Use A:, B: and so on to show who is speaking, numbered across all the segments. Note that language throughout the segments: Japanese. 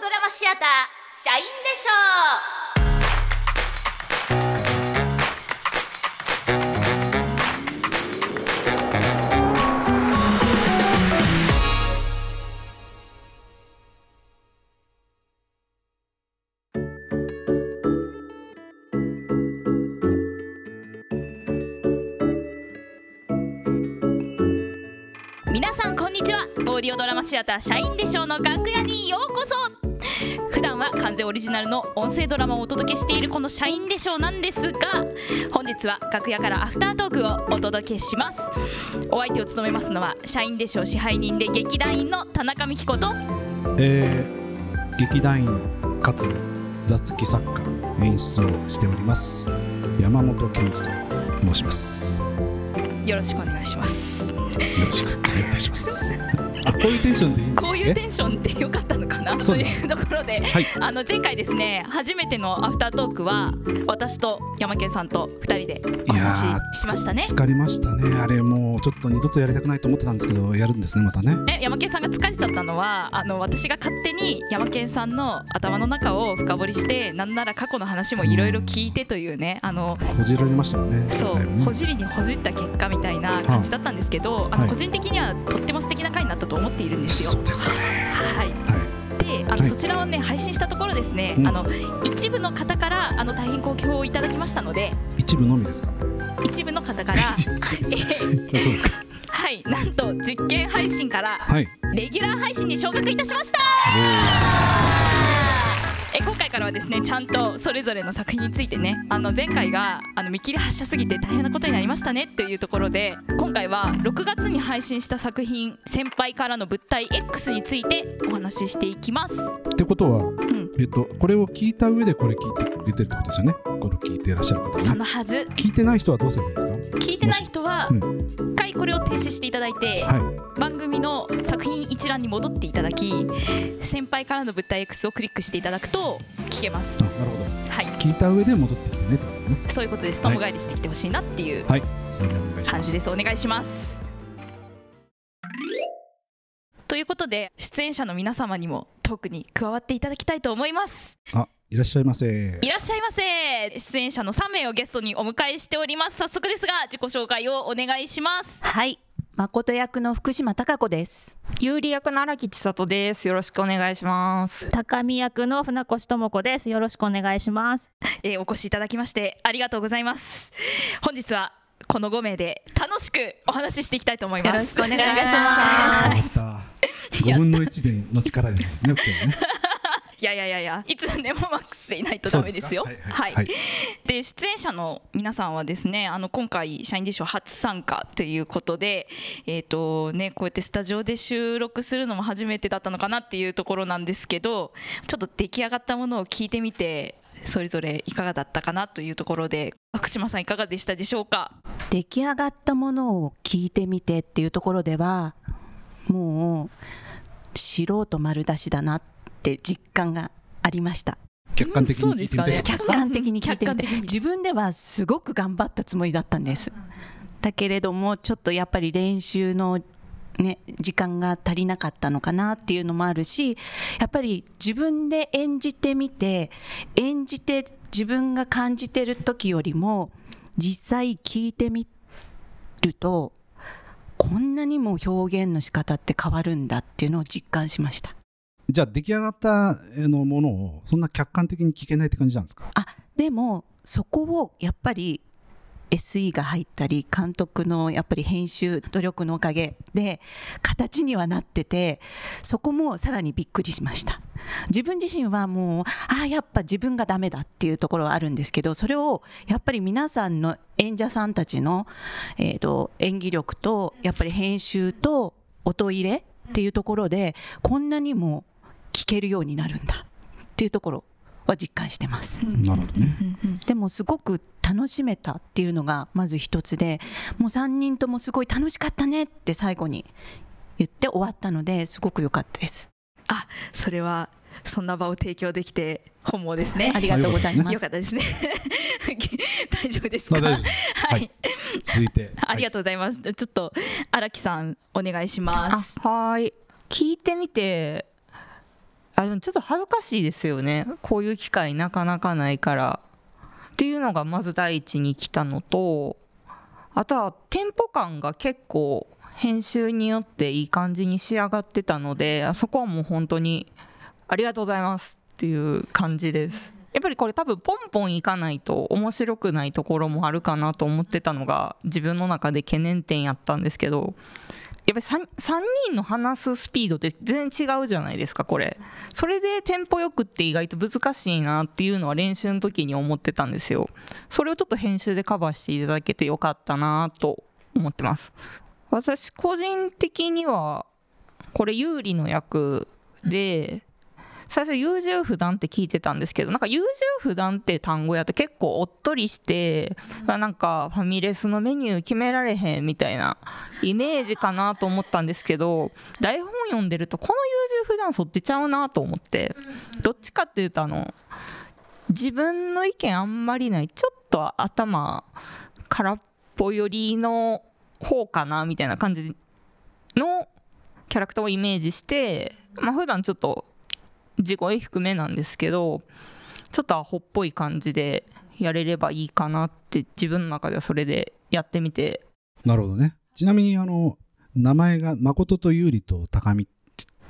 A: ドラマシアター社員でしょう皆さんこんにちはオーディオドラマシアター社員でしょうの楽屋にようこそ普段は完全オリジナルの音声ドラマをお届けしているこの社員でしょうなんですが本日は楽屋からアフタートークをお届けしますお相手を務めますのは社員でしょう支配人で劇団員の田中美希子と
B: えー、劇団員かつ雑記作家演出をしております山本健二と申しますよ
A: よろしくお願いします
B: ろしくお願いいたします あこういうテンションでいいんです
A: こういうテンションでよかったのかな
B: そ
A: と
B: う
A: い
B: で
A: うところで
B: はい
A: あの前回ですね初めてのアフタートークは私と山健さんと2人でお話ししましたね
B: 疲れましたねあれもうちょっと二度とやりたくないと思ってたんですけどやるんですねまたね
A: ね、山健さんが疲れちゃったのはあの私が勝手に山健さんの頭の中を深掘りしてなんなら過去の話もいろいろ聞いてというねあの
B: こじられましたもんね
A: そ
B: だいうぶね
A: ほじりにほじった結果みたいな感じだったんですけどあ
B: は
A: の
B: い
A: 個人的にはとっても素敵な回になったと思っているんです
B: そ
A: よ。
B: うですかね
A: はい
B: はい
A: であの
B: はい
A: そちらをね配信したところですね、
B: うん
A: あの一部の方からあの大変好評をいただきましたので
B: 一部のみですか
A: 一部の方 から
B: 一部ですかそうですか
A: はいなんと実験配信から
B: はい
A: レギュラー配信に昇格いたしましたえ今回からはですねちゃんとそれぞれの作品についてねあの前回があの見切り発車すぎて大変なことになりましたねっていうところで今回は6月に配信した作品「先輩からの物体 X」についてお話ししていきます。
B: ってことは
A: うん
B: えっとこれを聞いた上でこれ聞いてくれてるってことですよねこの聞いていらっしゃる
A: そ
B: 方はね
A: のはず
B: 聞いてない人はどうすればいいですか
A: 聞いてない人は
B: う
A: 一回これを停止していただいて
B: は
A: 番組の作品一覧に戻っていただき先輩からの物体 X をクリックしていただくと聞けます
B: い。あなるほど
A: はい
B: 聞いた上で戻ってきてねってことですね
A: そういうことです。
B: はい
A: 友返りしてきてほしいなっていう
B: はいそれでお願いし
A: 感
B: ま
A: じ
B: す
A: です。お願いします。ということで出演者の皆様にもトークに加わっていただきたいと思います
B: あいらっしゃいませ
A: いらっしゃいませ出演者の3名をゲストにお迎えしております早速ですが自己紹介をお願いします
C: はい、誠役の福島貴子です。
D: 有利役の荒木千里です。よろしくお願いします。
E: 高見役の船越智子です。よろしくお願いします。
A: えーお越しいただきましてありがとうございます本日はこの5名で楽しくお話ししていきたいと思います
C: よろしくお願いします
B: やった5分の1での力で ですね今日ね
A: いやいやいやいやいつでもマックスでいないとダメですよ
B: そうか
A: は
B: はいいはい
A: で出演者の皆さんはですねあの今回「社員でしょ」初参加ということで、えーとね、こうやってスタジオで収録するのも初めてだったのかなっていうところなんですけどちょっと出来上がったものを聞いてみてそれぞれいかがだったかなというところで福島さんいかがでしたでしょうか
C: 出来上がったものを聞いてみてっていうところでは、もう素人丸出しだなって実感がありました。
B: 客観的に聞いてみたい
A: うんそうですかね
B: と
C: 客観的に聞い
A: 客
C: てみ
A: 観的
C: て
A: に
C: 自分ではすごく頑張ったつもりだったんですだけれどもちょっとやっぱり練習のね、時間が足りなかったのかなっていうのもあるしやっぱり自分で演じてみて演じて自分が感じてる時よりも実際聞いてみるとこんなにも表現の仕方って変わるんだっていうのを実感しました。
B: じゃあ出来上がったえのものをそんな客観的に聞けないって感じなんですか
C: あでもそこをやっぱり SE が入ったり監督のやっぱり編集努力のおかげで形にはなっててそこもさらにびっくりしました自分自身はもうああやっぱ自分がダメだっていうところはあるんですけどそれをやっぱり皆さんの演者さんたちの、えー、と演技力とやっぱり編集と音入れっていうところでこんなにも聞けるようになるんだっていうところは実感してます。
B: なるほどね
C: でもすごく楽しめたっていうのがまず一つでもう3人ともすごい楽しかったねって最後に言って終わったのですごく良かったです
A: それはそんな場を提供できて本望ですね
C: ありがとうございます
A: よかったですね 大丈夫です
B: ま
A: か
B: あ大丈夫で
A: は
B: すはいい続いて
A: ありがとうございます。ちょっと荒木さんお願いします。
D: はーい。聞いてみて、あでもちょっと恥ずかしいですよねこういう機会なかなかないからっていうのがまず第一に来たのとあとはテンポ感が結構編集によっていい感じに仕上がってたのであそこはもう本当にありがとうございますっていう感じですやっぱりこれ多分ポンポンいかないと面白くないところもあるかなと思ってたのが自分の中で懸念点やったんですけどやっぱり 3, 3人の話すスピードって全然違うじゃないですかこれそれでテンポよくって意外と難しいなっていうのは練習の時に思ってたんですよそれをちょっと編集でカバーしていただけてよかったなと思ってます私個人的にはこれ有利の役で最初優柔不断って聞いてたんですけどなんか優柔不断って単語やって結構おっとりしてなんかファミレスのメニュー決められへんみたいなイメージかなと思ったんですけど台本読んでるとこの優柔不断そっちちゃうなと思ってどっちかっていうとあの自分の意見あんまりないちょっと頭空っぽ寄りの方かなみたいな感じのキャラクターをイメージしてまあ普段ちょっと地声低めなんですけどちょっとアホっぽい感じでやれればいいかなって自分の中ではそれでやってみて
B: なるほどね。ちなみに、あの、名前が誠と優里と高見っ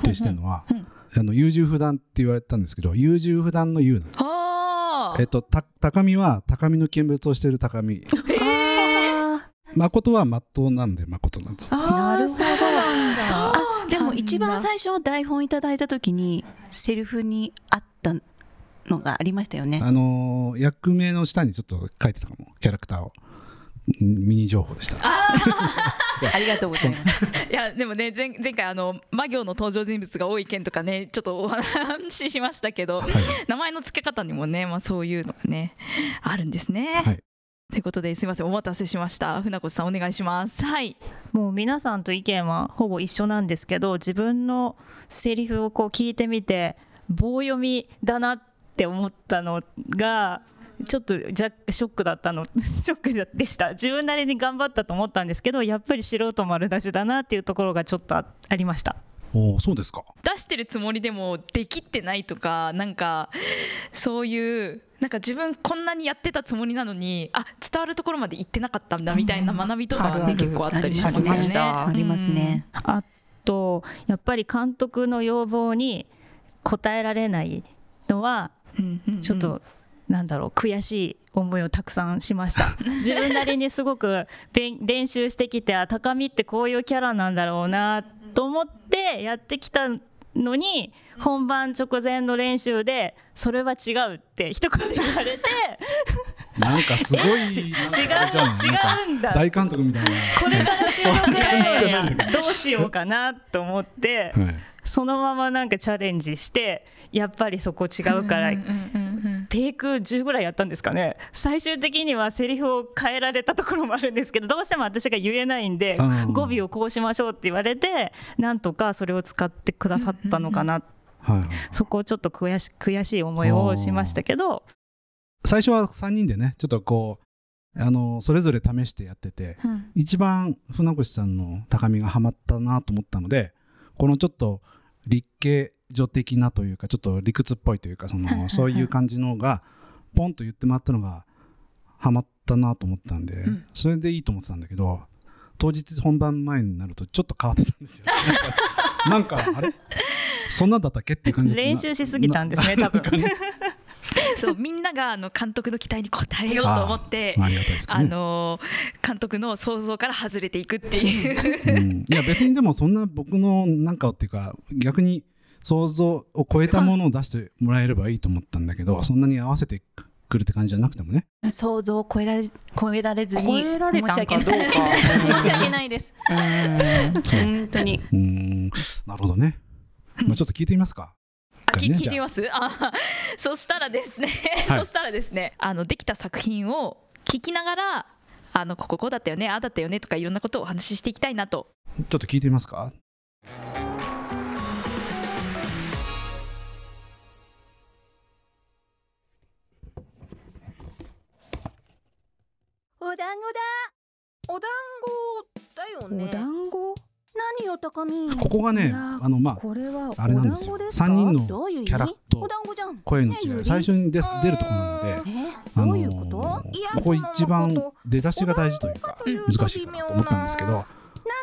B: てしてるのは、あの、優柔不断って言われたんですけど、優柔不断の優なの
A: あ
B: えっと、た高見は高見の見物をしている高 見。誠はまっとうなんで誠なんです。
C: なるほど
D: あ
C: あでも一番最初台本いただいた時にセリフにあったのがありましたよね
B: あのー役名の下にちょっと書いてたかも、キャラクターを。んミニ情報でした。
C: ありがとうございます
A: いやでもね前前回あの魔行の登場人物が多い件とかねちょっとお話ししましたけど
B: はい
A: 名前の付け方にもね、まあ、そういうのがねあるんですね。
B: はい
A: ということですいませんお待たせしました船越さんお願いします。はい
E: もう皆さんと意見はほぼ一緒なんですけど自分のセリフをこう聞いてみて棒読みだなって思ったのがちょっとじゃショックだったの ショックでした自分なりに頑張ったと思ったんですけどやっぱり素人丸出しだなっていうところがちょっとあありました
B: おお、そうですか。
A: 出してるつもりでもできってないとかなんかそういうなんか自分こんなにやってたつもりなのにあ伝わるところまで行ってなかったんだみたいな学びとかはね、
D: あるある
A: 結構あったりしますよね。
C: ありましたありますね
E: あとやっぱり監督の要望に応えられないのは
A: うん。うんうんうん
E: ちょっと、なんだろう悔しい思いをたくさんしました自分なりにすごく勉練習してきてあ高みってこういうキャラなんだろうなと思ってやってきたのに本番直前の練習でそれは違うって一言で言われて
B: なんか すごい。違う、違
E: 違うんだ
B: 大監督みたいな。
E: これから収録
B: そう
E: や
B: なん
E: る
B: だ
E: のにどうしようかなと思って
B: はい。
E: そのままなんかチャレンジしてやっぱりそこ違うからテイク10ぐらいやったんですかね最終的にはセリフを変えられたところもあるんですけどどうしても私が言えないんで
B: うん
E: 語尾をこうしましょうって言われてなんとかそれを使ってくださったのかな
B: はい。
E: そこをちょっと悔し悔しい思いをしましたけど
B: 最初は3人でねちょっとこうあのそれぞれ試してやってて、一番船越さんの高みがハマったなと思ったのでこのちょっと立形女的なというかちょっと理屈っぽいというかそのそういう感じのがポンと言ってもらったのがハマったなと思ったんで、
A: ん
B: それでいいと思ってたんだけど当日本番前になるとちょっと変わってたん ですよなんかあれそんなんだったっけっていう感じで
E: 練習しすぎたんですね多分
A: そうみんながあの監督の期待に応えようと思って
B: まあ、ありがたいですけど
A: あ
B: ね
A: のー監督の想像から外れていくっていう。
B: うんいや別にでもそんな僕のなんかっていうか逆に想像を超えたものを出してもらえればいいと思ったんだけどそんなに合わせてくるって感じじゃなくてもね
C: 想像を超えられ超えられずに
D: 超えられたんかどうか
C: 申し訳ない申し訳ないです
D: うん
B: そうです
C: 本当に
B: うーんなるほどね、まあ、ちょっと聞いてみますか
A: あき
B: ね
A: 聞い
B: じ
A: て
B: ゃあ
A: みます あそしたらですね、
B: はい
A: そしたらですねあのできた作品を聞きながらあのこここうだったよねああだったよねとかいろんなことをお話ししていきたいなと
B: ちょっと聞いてみますか
F: お団子だ
G: お団子だよね
F: 団子な何よ高見
B: ここがねあのまあ
F: これは
B: あれなんですよ
F: お団子
B: 三人の
F: どういう意味
B: キャラと
F: お団子じゃん
B: 声の
F: ねゆ
B: 違い
F: り
B: 最初に出す出るところなので
F: え
B: あ
F: ど
B: の
F: ういうこと、
D: いや
B: ここ一番出だしが大事というか
D: うん
B: 難しいかなと思ったんですけど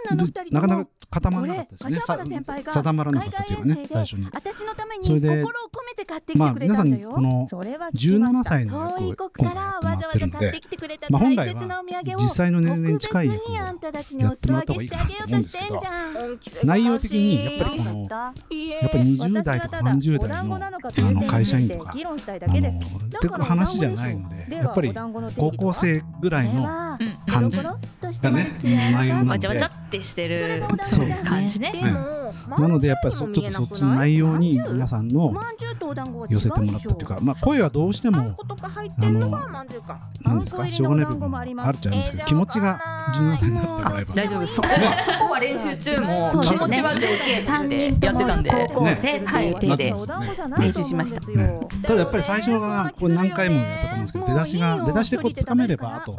F: なんなの二
B: で
F: 人と
B: なか
F: も
B: なか固まらなかったですね
F: これ
B: さ
F: 柏原先輩が
B: 定まらなかったというかね
F: 海外
B: 最
F: 遠
B: 初に
F: 征で私のために
B: それ
F: 心
B: で
F: を込めて買ってき
B: ま
F: て
B: あ
F: くれ
B: 皆
F: た
B: さ
F: ん
B: ん
F: だよ、
B: この
F: それは聞きま
B: 17
F: した
B: 歳の役
F: 遠い
B: を
F: 国
B: 今
F: か
B: 回や
F: ら
B: っても
F: わ
B: らって
F: ざわ
B: る
F: ざ
B: ん
F: 買っ
B: で
F: てきてくれた
B: まあ本
F: 大
B: 来
F: 切な
B: は
F: お土産を
B: 実際の年齢に近い
F: 特別
B: 役
F: にあ
B: を
F: んたたちにお裾分けしてあげようとしてんじゃん
B: 内容的にやっぱりこの
F: や
B: やっぱり20代とか30代のあの会社員とか
E: 議論したいだ
B: あ
E: け
B: の
E: です。
B: ってく話じゃないので
E: で
B: やっぱり
E: お団子の定
B: 高
E: 義と
B: 校
E: は
B: 生ぐらいの
A: うん
B: 感じ
F: が
B: がね内容な
A: わ
B: の
A: ちゃわ
B: で
A: ちゃってしてる
B: そうですね
A: 感じね。
B: でなのでやっぱりそちょっとそっちの内容に皆さんの
F: まんじゅうとお団子は違
B: 寄
F: うでし
B: せ
F: ょ
B: てもらったというかまあ声はどうしても
G: とか入っ
B: あの
G: まんじゅうか
B: なんですかしょうがない部分もあるっちゃうんですけど気持ちが17歳になってもらえば
D: 大丈夫そこはそこは練習中
C: そう
D: も
C: です
D: 気
C: ね
D: 持ちは JK ってやってたんで
C: 高校生
B: ね
C: という
B: ま
C: 手
B: ず
C: で
B: まずね
C: 練習しました。
B: ねただやっぱり最初のがこれ何回もやったと思うんですけど出だしが出だしでこうつかめればあと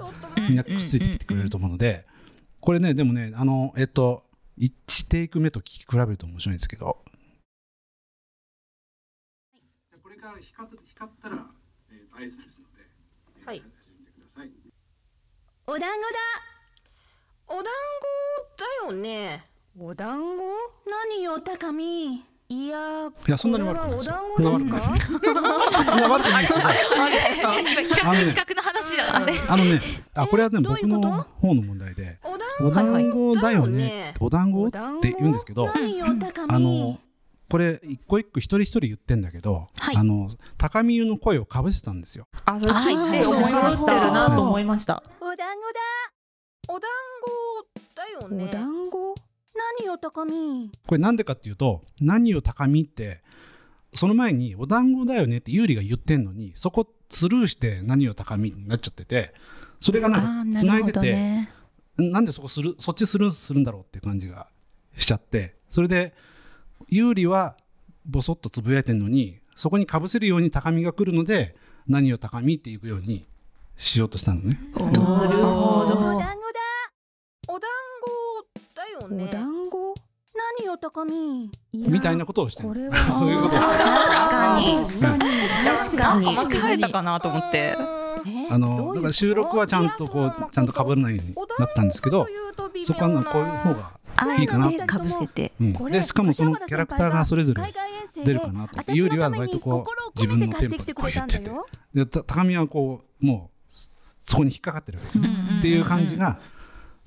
B: みんなくっついてきてくれると思うのでこれねでもねあのえっと1テイク目と聞き比べると面白いんですけどこれが光ったらアイスですので
G: はい
F: お団子だ
G: お団子だよね
F: お団子何よ高見
G: いやー
B: いやそんなに悪くないですよそんな悪くないですそんな悪くないですけど
A: 比較
B: あのね
A: 比較の話だね。
B: あのね、あ、これはね、
F: どうい
B: 僕
F: うこと
B: の方の問題で、
G: お団
B: お団子だよ
G: はい
B: ね、お団子って言うんですけど、
F: 何よ高見
B: あの、これ一個一個一人一人言ってんだけど、
A: はい
B: あの、高見優の声をかぶせたんですよ。
D: あそれ聞いて
E: そう思
D: 思
E: い
D: い
E: ま
D: ま
E: し
D: したた
E: るなと思いました。
F: お団子だ
G: お団子だよ
F: お
G: ね
F: 団子何よ高見
B: これなんでかっていうと、何を高見って、その前にお団子だよねって優里が言ってんのに、そこスルーして何を高見になっちゃってて、それがなんか繋いでて、なんでそこするそっちするするんだろうっていう感じがしちゃってそれで有利はボソッとつぶやいてるのにそこにかぶせるように高みが来るので何を高みっていくようにしようとしたのね。
C: なるほ
F: お団
C: ど
F: 子だ
G: お団子だよ
F: お
G: ね
F: 団子何よ高見
B: みたいなことをしてるんです そういうこと
C: 確かに
D: 確かに間違えたかなと思って
G: うーん
F: え
B: あ
F: どういうこ
B: の
F: と
B: だから収録はちゃんとこうちゃんとかぶらないように
G: お団子
B: なってたんですけど
G: というと微妙な
B: そこはこういう方が、
C: あ
B: いいかな
C: えてかぶせて
B: うん
F: これ
B: でしかもそのキャラクターがそれぞれ
F: 海外遠征で
B: 出るかなと
F: 私
B: 有
F: の
B: 利
F: た
B: は
F: め
B: 割と
F: に
B: こう
F: 心を
B: 自
F: 自
B: 分
F: 分
B: の
F: の
B: テ
F: テ
B: ンポ
F: ンポ
B: で
F: で
B: こ
F: こ
B: う
F: う
B: や
F: や
B: っ
F: ってて
B: て
F: て
B: でた高みはこうもうそこに引っかかってるわけですよっていう感じが、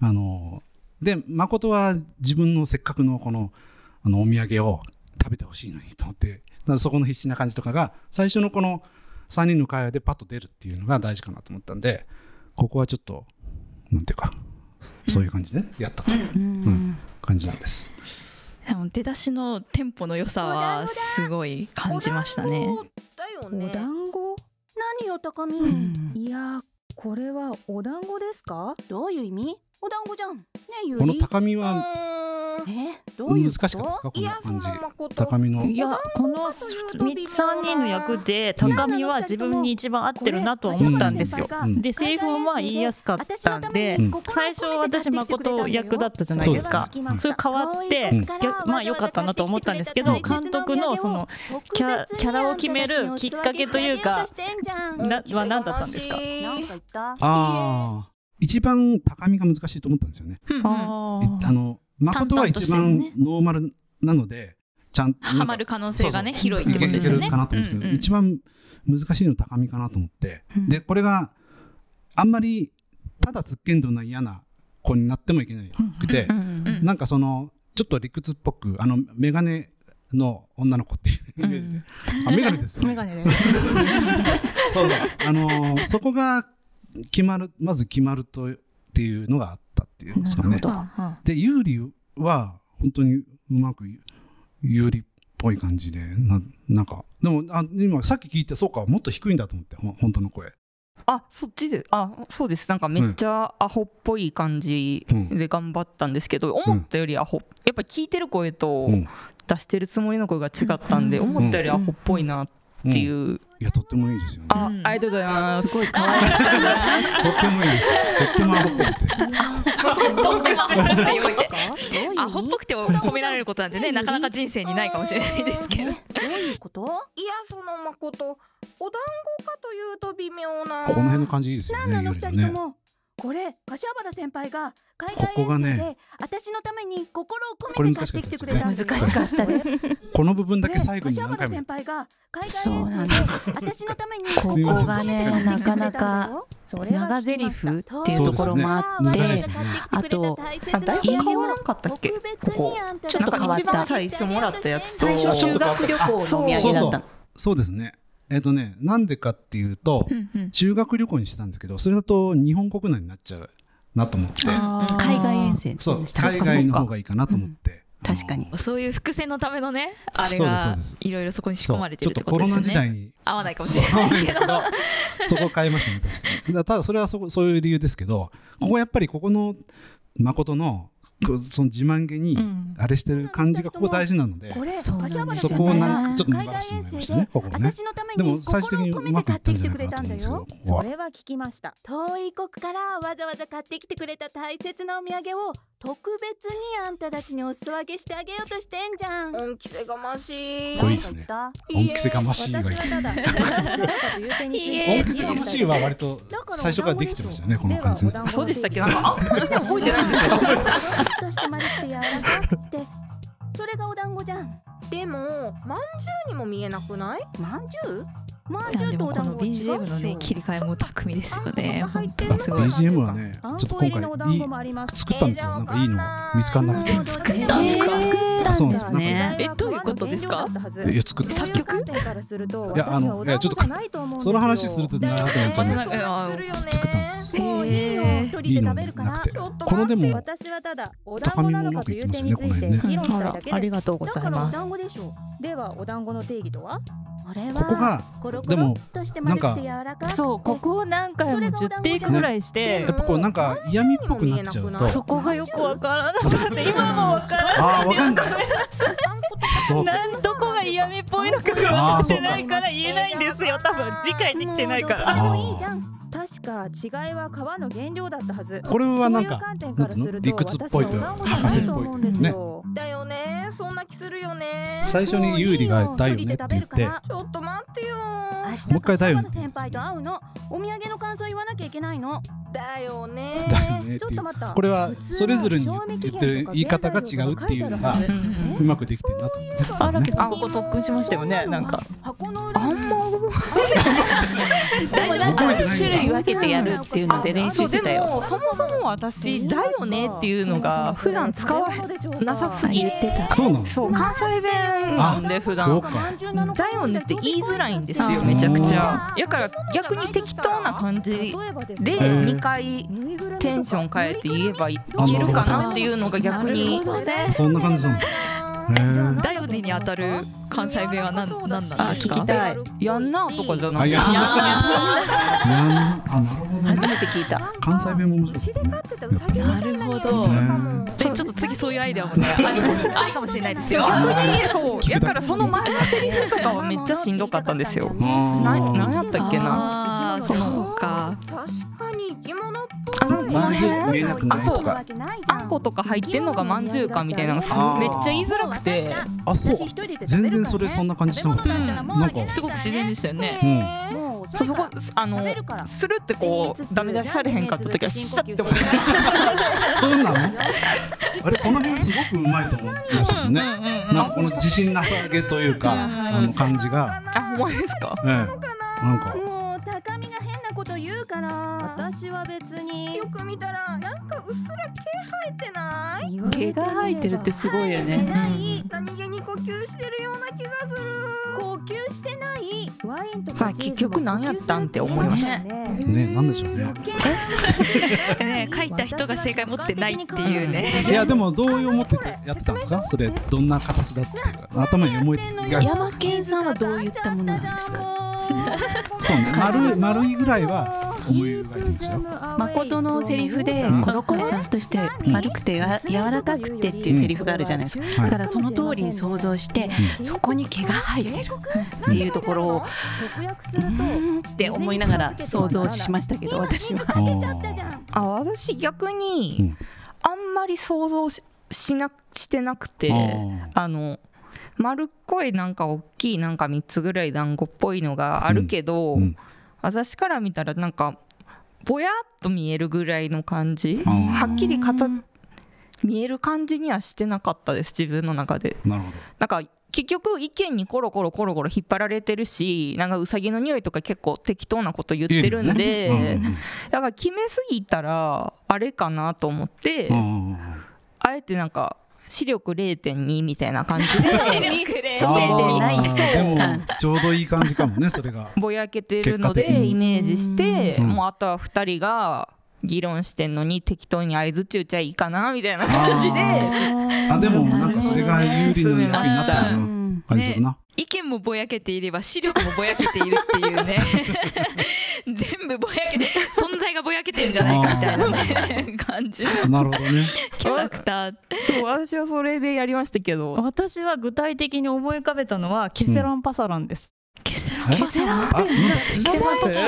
B: あので誠は自分のせっかくのこのあのお土産を食べてほしいのにと思ってだからそこの必死な感じとかが最初のこの3人の会話でパッと出るっていうのが大事かなと思ったんでここはちょっとなんていうかそういう感じでやったといううん感じなんです。
A: でも出だしのテンポの良さはすごい感じましたね。
G: だよ
F: お
G: ね
F: 団子何よ高見、
C: ん
F: いやこれはお団子ですかどういう意味お団子じゃんねゆ
B: この
F: り
B: 高み
G: う
B: は
G: ーん
F: えどうい
B: 難
F: う
B: し
F: こ
B: かったですかこ
F: と
G: いやそ
B: の感
G: の
B: じ
G: まこと
B: 高みの
E: いやこの三人の役で高見は自分に一番合ってるなと思ったんですよ。
B: うん
E: でセリフもまあ言いやすかったんで
B: うん
E: 最初私誠役だったじゃないですか
B: そうですね
E: それ変わって
B: うん
E: 逆まあ良かったなと思ったんですけど監督のそのキャキャラを決めるきっかけというかなは何だったんですか
F: なんか言った
B: ああ一番高みが難しいと思ったんですよね。
A: うんうん
E: あ
B: いあの誠は一
A: 淡々と
B: 番
A: して
B: ノーマルなのでちゃんと
A: はまる可能性がね広い
B: い
A: って
B: け
A: こと
B: い
A: で
B: け
A: すよ
B: る
A: ね。
B: かなと思うんですけど、
A: うんうん
B: 一番難しいの高みかなと思って、でこれがあんまりただつっけんどんな嫌な子になってもいけなくて、
A: うん
B: なんかそのちょっと理屈っぽくあのメガネの女の子っていうイメージで、あメガネ です、メガネですそうそうあのーそこが決まるまず決まるとっていうのがあったっていうんですかね。で有利は本当にうまく有利っぽい感じでななんかでもあ今さっき聞いてそうかもっと低いんだと思ってほん本当の声
D: あそっちであそうですなんかめっちゃアホっぽい感じで頑張ったんですけど、思ったよりアホやっぱ聞いてる声と
B: うん
D: 出してるつもりの声が違ったんで、思ったよりアホっぽいなっていう
B: いやとってもいいですよね
D: あ、
A: うん
D: ありがとうございます。
C: すごい可愛い
B: とってもいいですとってもアホっぽく て
A: とってもアホっぽくて
F: どういう意味
A: アホっぽくて褒められることなんてねなかなか人生にないかもしれないですけど
F: ねどういうこと
G: いやそのまことお団子かというと微妙な
B: この辺の感じいいですよ
F: なん
B: ね
F: なの
B: よりは
F: 二人と
B: ね
F: もこれ柏原先輩が海
B: ここが
F: 外遠
B: ね
F: 征で私のために心を
B: こ
F: 込
B: れ
F: め
B: 難
F: て買
B: し
F: っ
B: かってた
F: き
B: で
F: て
B: す
F: く
B: ね
F: れた
C: 難しかったで
F: んですよ
C: す。
B: この部分だ
F: ね
B: け最後に何回
F: 柏原
B: も
F: 先輩が海外
C: そうなんで
F: 遠
C: す
F: 征で私のために
C: こ
B: こがね
F: な
C: なか なか長ゼリフっていうところもあ
B: そう
C: っ
B: です
C: て、
B: ね難しい
C: あと
D: あ、だいぶ変わらんかったっけ？ここ。
C: ちょっと変わった
D: 最初もらったやつと
C: 最初
B: ちょっ
C: 修
B: と
C: 学旅行のお土産だった
B: そう
C: の
B: そうそうですねえっ、とねなんでかっていうと、修学旅行にしてたんですけどそれだと日本国内になっちゃうなと思って
C: 海外遠征で
B: そう
C: した
B: 海外の方がいいかなと思って、あの
C: 確かに。
A: そういう伏線のためのねあれ
B: そうですそう
A: が
B: です
A: いろいろそこに仕
B: そ
A: 込ま
B: う
A: れて
B: ちょ
A: るっ
B: っ
A: て
B: と
A: こ
B: コ
A: とで
B: ロ
A: すよ
B: ナ
A: ね
B: 時代に
A: 合わないかもし
B: そ
A: れ
B: う
A: ない
B: なんだけどそこ変えましたね確かにだただそれはそこそういう理由ですけどここやっぱりここの誠のこうその自慢げに
A: うん
B: あれしてる感じがここ大事なので、
F: これ
C: そうなんですよね
B: そこをな
C: うん
B: ちょっと伸ばしてもらいましたねここをね
F: 私のため
B: でも
F: に
B: 最終的
F: 心を
B: に
F: 込
B: う
F: め
B: ま
F: て
B: くい
F: 買
B: ったん
F: ってき
B: じ
F: て
B: ゃ
F: く
B: な
F: れ
B: いか
F: た
B: なと
F: ん
B: 思うんですけどこ
F: だよ
B: こ
F: そ
B: は
F: れは聞きました遠い国からわざわざ買ってきてくれた大切なお土産を特別にあんたたちにお裾分けしてあげようとしてんじゃん
G: 恩着せがましい
B: これいいですね
F: だ
B: 恩着せがましい
F: 私
B: は
F: はただ
B: 恩着せがましいは割と最初からできてましたよねこの感じ
D: あそうでしたっけ？なんかあんまりね覚えてないんだけど。
F: ふとして丸くて柔らかくてそれがお団子じゃん
G: でもまんじゅうにも見えなくない
F: まんじゅうまん
A: い
F: じゅ
A: や
F: う
A: でも
F: とお
A: こ
F: 団
A: の
F: 子は違うっしょ
A: BGM のね切り替えも巧みですよね
G: あん
A: 本
G: た
A: 当に
G: が入って
A: す
G: る
A: ごい
G: の
B: BGM
G: か
B: はね
F: あん
B: ちょっと
F: こ入りのお
B: 今回い
F: 団
B: い
F: 子もあります
B: 作ったんですよなんかいいの見つかんなくて
F: 作
A: ったんですか
B: そうなんです
C: ね
A: えどういうことですか
B: いや作った
A: 作曲
B: いやあのいやちょっとその話すると長くなっちゃうんで
A: なんかあ
G: するよね
B: 作ったんです
F: もういいよ
A: えー
F: 一
B: いい
F: 人で
B: の
F: 食べるか
B: な
F: ら
B: くて
G: ちょっと待って
B: このでも
H: 私はただお団
B: 高
H: 子
B: み
H: な
B: も
H: のか
B: なく
H: と
B: い
H: い
B: って
H: う点
B: ますよ
H: に
B: ね
H: つ
B: こ
H: いて
B: の辺ね
H: 議論したいだけです。
E: ありがとうご
H: だ
E: ざ
H: か
E: い
H: らお
E: ます。
H: 団子でしょう。ではお団子の定義とは？
F: これ
B: ここ
F: は
B: が
F: コロコ
B: で
F: ロ
B: も
F: っとして丸くて柔らかくて
E: そうここを何回も10テイクぐらいし
B: や
E: て、
B: っぱこうなんか嫌味っぽくなっちゃうと
E: そこがよくわからなくて今のわから
B: ああわかんないそうか
E: なんどこが嫌味っぽいのかがわかってないから言えないんですよ多分理解できてないから。
F: でもいいじゃん
H: 確か違いは皮の原料だったはず。
B: これはなん
H: そういう
B: か
H: 観点
B: な
H: から
B: んていう
H: す
B: の
H: る
B: 理
H: と
B: 屈っぽいというか
H: 私はお団子
B: 博
H: じ
B: 士
H: ゃない
B: っ
H: と
B: ぽい
H: 思うん
B: とい
H: で
B: う
H: す
B: ね
H: よ。
G: だよねそんな気するよね
B: 最初に有利がだよねって言って
G: ちょっと待ってよ
F: 明日
B: もう一回だよ
F: 柏原先輩と会うのお土産の感想言わなきゃいけないの
G: だよね
B: だよねっ
H: ちょって
B: い
H: と
B: う
H: 待った。
B: これはそれぞれに言ってる言い方が違うっていうのが
H: うん
D: うん
B: うまくできてるなと思って
E: あら
B: ね
E: けさんここ特訓しましたよねなんか。
F: 箱の裏
D: あんま覚
C: でもなんか
B: 覚えてないんだ
C: 種類分けてやるっていうので練
D: え
C: 習してた
D: で
C: よ。
D: もそもそも私だよねっていうのが普段使わなさすぎ
C: 言ってた。
B: そうなの
D: そう関西弁なんで普
B: そう
D: 段
B: か
D: だよねって言いづらいんです
E: あ
D: よ
E: ー
D: めちゃくちゃだから逆に適当な感じで
B: ー
D: 2回テンション変えて言えばい
B: あ
D: けるかなっていうのが逆に
B: そんな感じなのへえ
A: ダヨネに当たる関西弁は何何なんですか
E: あ聞きたい
D: やんなとかじゃな
B: あ
A: あ
B: いや
D: くて
B: いやあなるほどね
C: 初めて聞いた。
B: 関西弁も面白いですね
A: なるほど
B: ね
A: ーでちょっと次そういうアイデアもねありありかもしれない ですよ
D: 逆にそうだからその前のセリフとかはめっちゃしんどかったんですよ
B: あ
D: な
B: ー
D: 何やったっけな
A: あーそうか
G: 確かに生き物っ
B: まんじゅう見えなくないとか
D: あんことか入ってんのがまんじゅうかみたいなのがす
B: あー
D: めっちゃ言いづらくて
B: あそう全然それそんな感じしなかった
A: うん
B: なんか
A: すごく自然でしたよね
B: うん
F: もう
D: そうそこあの
F: 食べるから
D: スルってこうダメ出しされへんかった時はシャッて思って
B: そうなのあれこの辺すごくうまいと思いましたよねなんかこの自信なさげというかあの感じが
D: あほんまですか
B: ええなんか
F: もう高見が変なこと言うから
H: 私は別
G: て
H: に
G: よく見たらなんかうっすら毛生えてな
C: 毛
G: い
C: が生えてるってすごいよね。
F: 偉い
G: 何気に呼吸してるような気がする
F: 呼吸してない
H: ワインと
D: さあ
H: かチーズ
D: 結局なんやったんって思いました
H: ね。
B: ねなんでしょうね
A: ね書いた人が正解持ってないっていうね
B: いやでもどう思ってやってたんですかそれどんな形だっていうか頭に思い描いて
C: 山県さんはどういったものなんですか。
B: そうね丸い丸いぐらいは思い描いてましたよ。
C: 誠のセリフで
B: うん
C: コロコロっとして丸くてや柔らかくてっていうセリフがあるじゃないですか、
B: うん
C: だからその通りに想像して
B: う
C: そこに毛が生えてるっていうところを
H: 直訳する
C: う
H: と
C: ーんって思いながら想像しましたけど私は。
B: あ
D: あ私逆に、
B: うん
D: あんまり想像ししなしてなくて
B: ーあ
D: あの丸っこいなんか大きいなんか3つぐらい団子っぽいのがあるけど、
B: ーうん
D: 私から見たらなんかぼやっと見えるぐらいの感じ
B: あー
D: はっきり片見える感じにはしてなかったです自分の中で
B: なるほ
D: なんか結局意見にコロコロコロコロ引っ張られてるしなんかウサギの匂いとか結構適当なこと言ってるんで、
B: ど。うんうん
D: だから決めすぎたらあれかなと思って、
B: うんうん
D: あえてなんか視力0.2みたいな感じで
C: ちょっと
B: あ
C: ない
B: ーでもちょうどいい感じかもねそれが。
D: ぼやけてるの
B: 結果的
D: で
B: に
D: イメージして、
B: うん
D: もうあとは2人が議論してんのに適当に合図ち打ちゃいいかなみたいな感じで
B: あでもなんかそれが有利の役になったような感じするな。
A: 意見もぼやけていれば視力もぼやけているっていうね全部ぼやけて存在がぼやけてんじゃないかみたいなね感じの
B: なるほどね。
A: キャラクター
D: そう私はそれでやりましたけど
E: 私は具体的に思い浮かべたのはケセランパサランです、
B: えあなん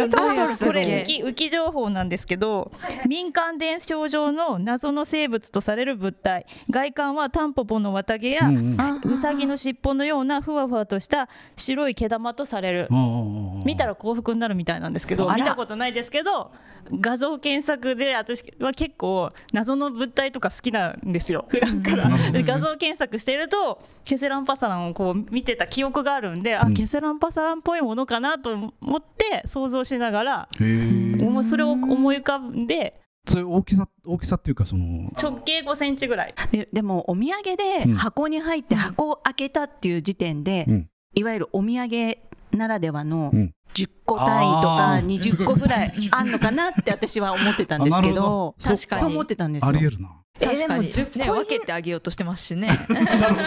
B: だ
E: これ浮き浮き情報なんですけど民間伝承上の謎の生物とされる物体外観はタンポポの綿毛や、
B: うんうん
E: ウサギの尻尾のようなふわふわとした白い毛玉とされる、
B: うんうん
E: 見たら幸福になるみたいなんですけど
C: あら
E: 見たことないですけど画像検索で私は結構謎の物体とか好きなんですよ普段から
B: なるほど
E: で画像検索してるとケセランパサランをこう見てた記憶があるんで、
B: う
E: あ
B: ん
E: ケセランパサランっぽいものかなと思って想像しながら、
B: へえ。
E: おもそれを思い浮かんで
B: それ大きさ大きさっていうかその。
E: 直径5センチぐらい
C: ででもお土産で箱に入って箱を開けたっていう時点で、
B: うん
C: いわゆるお土産ならではの
B: うん
C: 10個単位とか
B: あー
C: 20個ぐらいあんのかなって私は思ってたんですけ
B: あなるほ
C: ど
A: ど確かに
C: そう思ってたんです
B: あ
C: よ
B: りえるな。
A: えーでも
D: 確かに
A: ね分けてあげようとしてますし ね